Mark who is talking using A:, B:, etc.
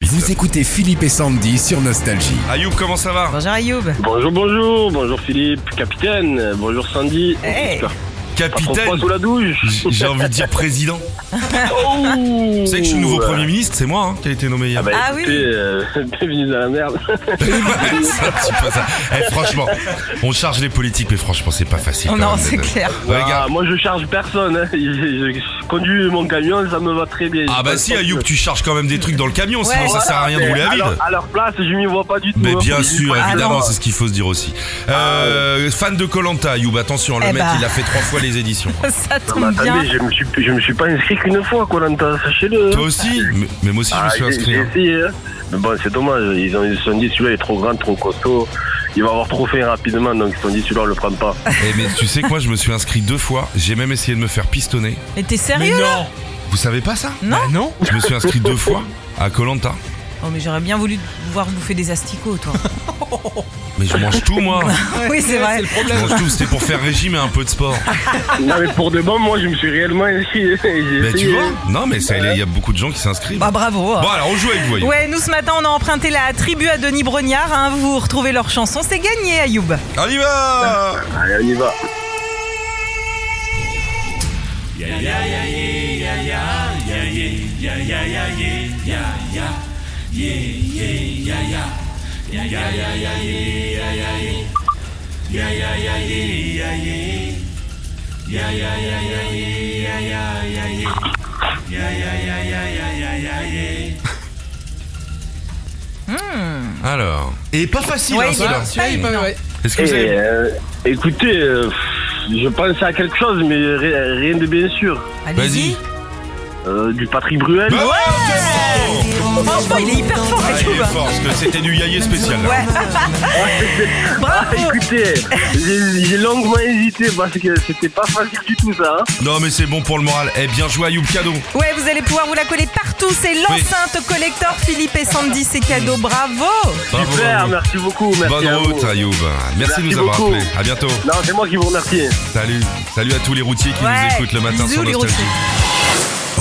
A: Vous écoutez Philippe et Sandy sur Nostalgie.
B: Ayoub, comment ça va
C: Bonjour Ayoub.
D: Bonjour, bonjour, bonjour Philippe, capitaine, bonjour Sandy.
C: Hey.
D: Putain, pas trop froid
B: Capitaine
D: sous la douche.
B: J- J'ai envie de dire président.
D: Vous
B: Vous savez que je suis le nouveau Premier ministre, c'est moi hein, qui a été nommé hier.
D: Ah, bah,
C: Ah oui.
D: écoutez, euh, bienvenue dans la merde.
B: C'est un petit peu ça. Eh, franchement, on charge les politiques, mais franchement, c'est pas facile.
C: bah. Oh
B: quand
C: non,
B: même,
C: c'est
B: d'être-
C: clair.
B: Ouais,
D: Ah,
B: gars.
D: moi je charge personne, hein. je, je conduis mon camion, ça me va très bien.
B: Ah bah si, Ayoub, tu charges quand même des trucs dans le camion, sinon
C: Ouais.
B: ça sert à rien de rouler à vide.
D: À leur place, je m'y vois pas du tout.
B: Mais
D: hein.
B: bien sûr,
C: Ah
B: évidemment,
C: non.
B: c'est ce qu'il faut se dire aussi. Euh, fan de Colanta, Ayoub, attention, le
C: Ah Eh
B: mec
C: bah.
B: il a fait trois fois les éditions.
C: Ça
D: Non, mais
C: tombe bien.
D: attendez, je me suis, je me suis pas inscrit qu'une fois, quoi, l'entend, sachez-le. hein.
B: Toi aussi mais, mais moi aussi je me
D: Ah,
B: suis
D: j'ai-
B: inscrit.
D: j'ai
B: hein.
D: essayé, hein. Mais bon, c'est dommage, ils, ont, ils se sont dit celui-là il est trop grand, trop costaud, il va avoir trop faim rapidement, donc ils se sont dit celui-là on le prend pas.
B: Eh, mais tu sais quoi, je me suis inscrit deux fois, j'ai même essayé de me faire pistonner.
C: Mais t'es sérieux là
B: Vous savez pas ça
C: Non.
B: non Je me suis inscrit deux fois à Colanta.
C: Oh mais j'aurais bien voulu te voir bouffer des asticots toi.
B: Mais je mange tout moi
C: oui c'est vrai.
B: Je mange tout, c'était pour faire régime et un peu de sport.
C: Ah,
D: Non mais pour de bon, moi je me suis réellement essayé. J'ai
B: Mais Ben, tu
D: essayé.
B: vois Non mais ça, il y a- il y a beaucoup de gens qui s'inscrivent.
C: Bah bravo.
B: Bon alors on joue avec vous Ayoub.
C: Ouais, nous ce matin on a emprunté la tribu à Denis Brognard. hein. Vous retrouvez leur chanson, c'est gagné Ayoub.
B: On y va
D: Allez, on y va.
B: Alors... Et pas facile
C: Ouais, hein, il est celui-là. pas Celui-là, il est pas- évident.
B: Est-ce que
D: Eh,
B: vous avez...
D: euh, écoutez, euh, pff, je pensais à quelque chose, mais ri- rien de bien sûr.
C: Allez-y.
B: Vas-y.
D: Euh, du Patrick Bruel.
B: Bah ouais, c'est bon
C: Oh, Franchement, il est hyper fort
B: Ah, il
C: Ah, Ayoub.
B: est fort, parce que c'était du yaïe spécial. là.
C: Ouais.
B: Ah,
C: bravo.
D: Bah, Écoutez, j'ai j'ai longuement hésité parce que c'était pas facile du tout ça. hein.
B: Non, mais c'est bon pour le moral. Eh bien joué, Ayoub Cadeau.
C: Ouais, vous allez pouvoir vous la coller partout. C'est l'enceinte collector Philippe et Sandy, c'est cadeau. Bravo.
B: Ah, Bravo,
D: Super,
B: Ayoub.
D: merci beaucoup. Merci
B: Bonne
D: à vous.
B: route, Ayoub. Merci, de
D: Merci
B: nous avoir
D: beaucoup.
B: appelés. À bientôt.
D: Non, c'est moi qui vous remercie.
B: Salut. Salut à tous les routiers qui
C: Ouais.
B: nous écoutent le matin
C: Bisous,
B: sur
C: les
B: Nostalgie.
C: routiers.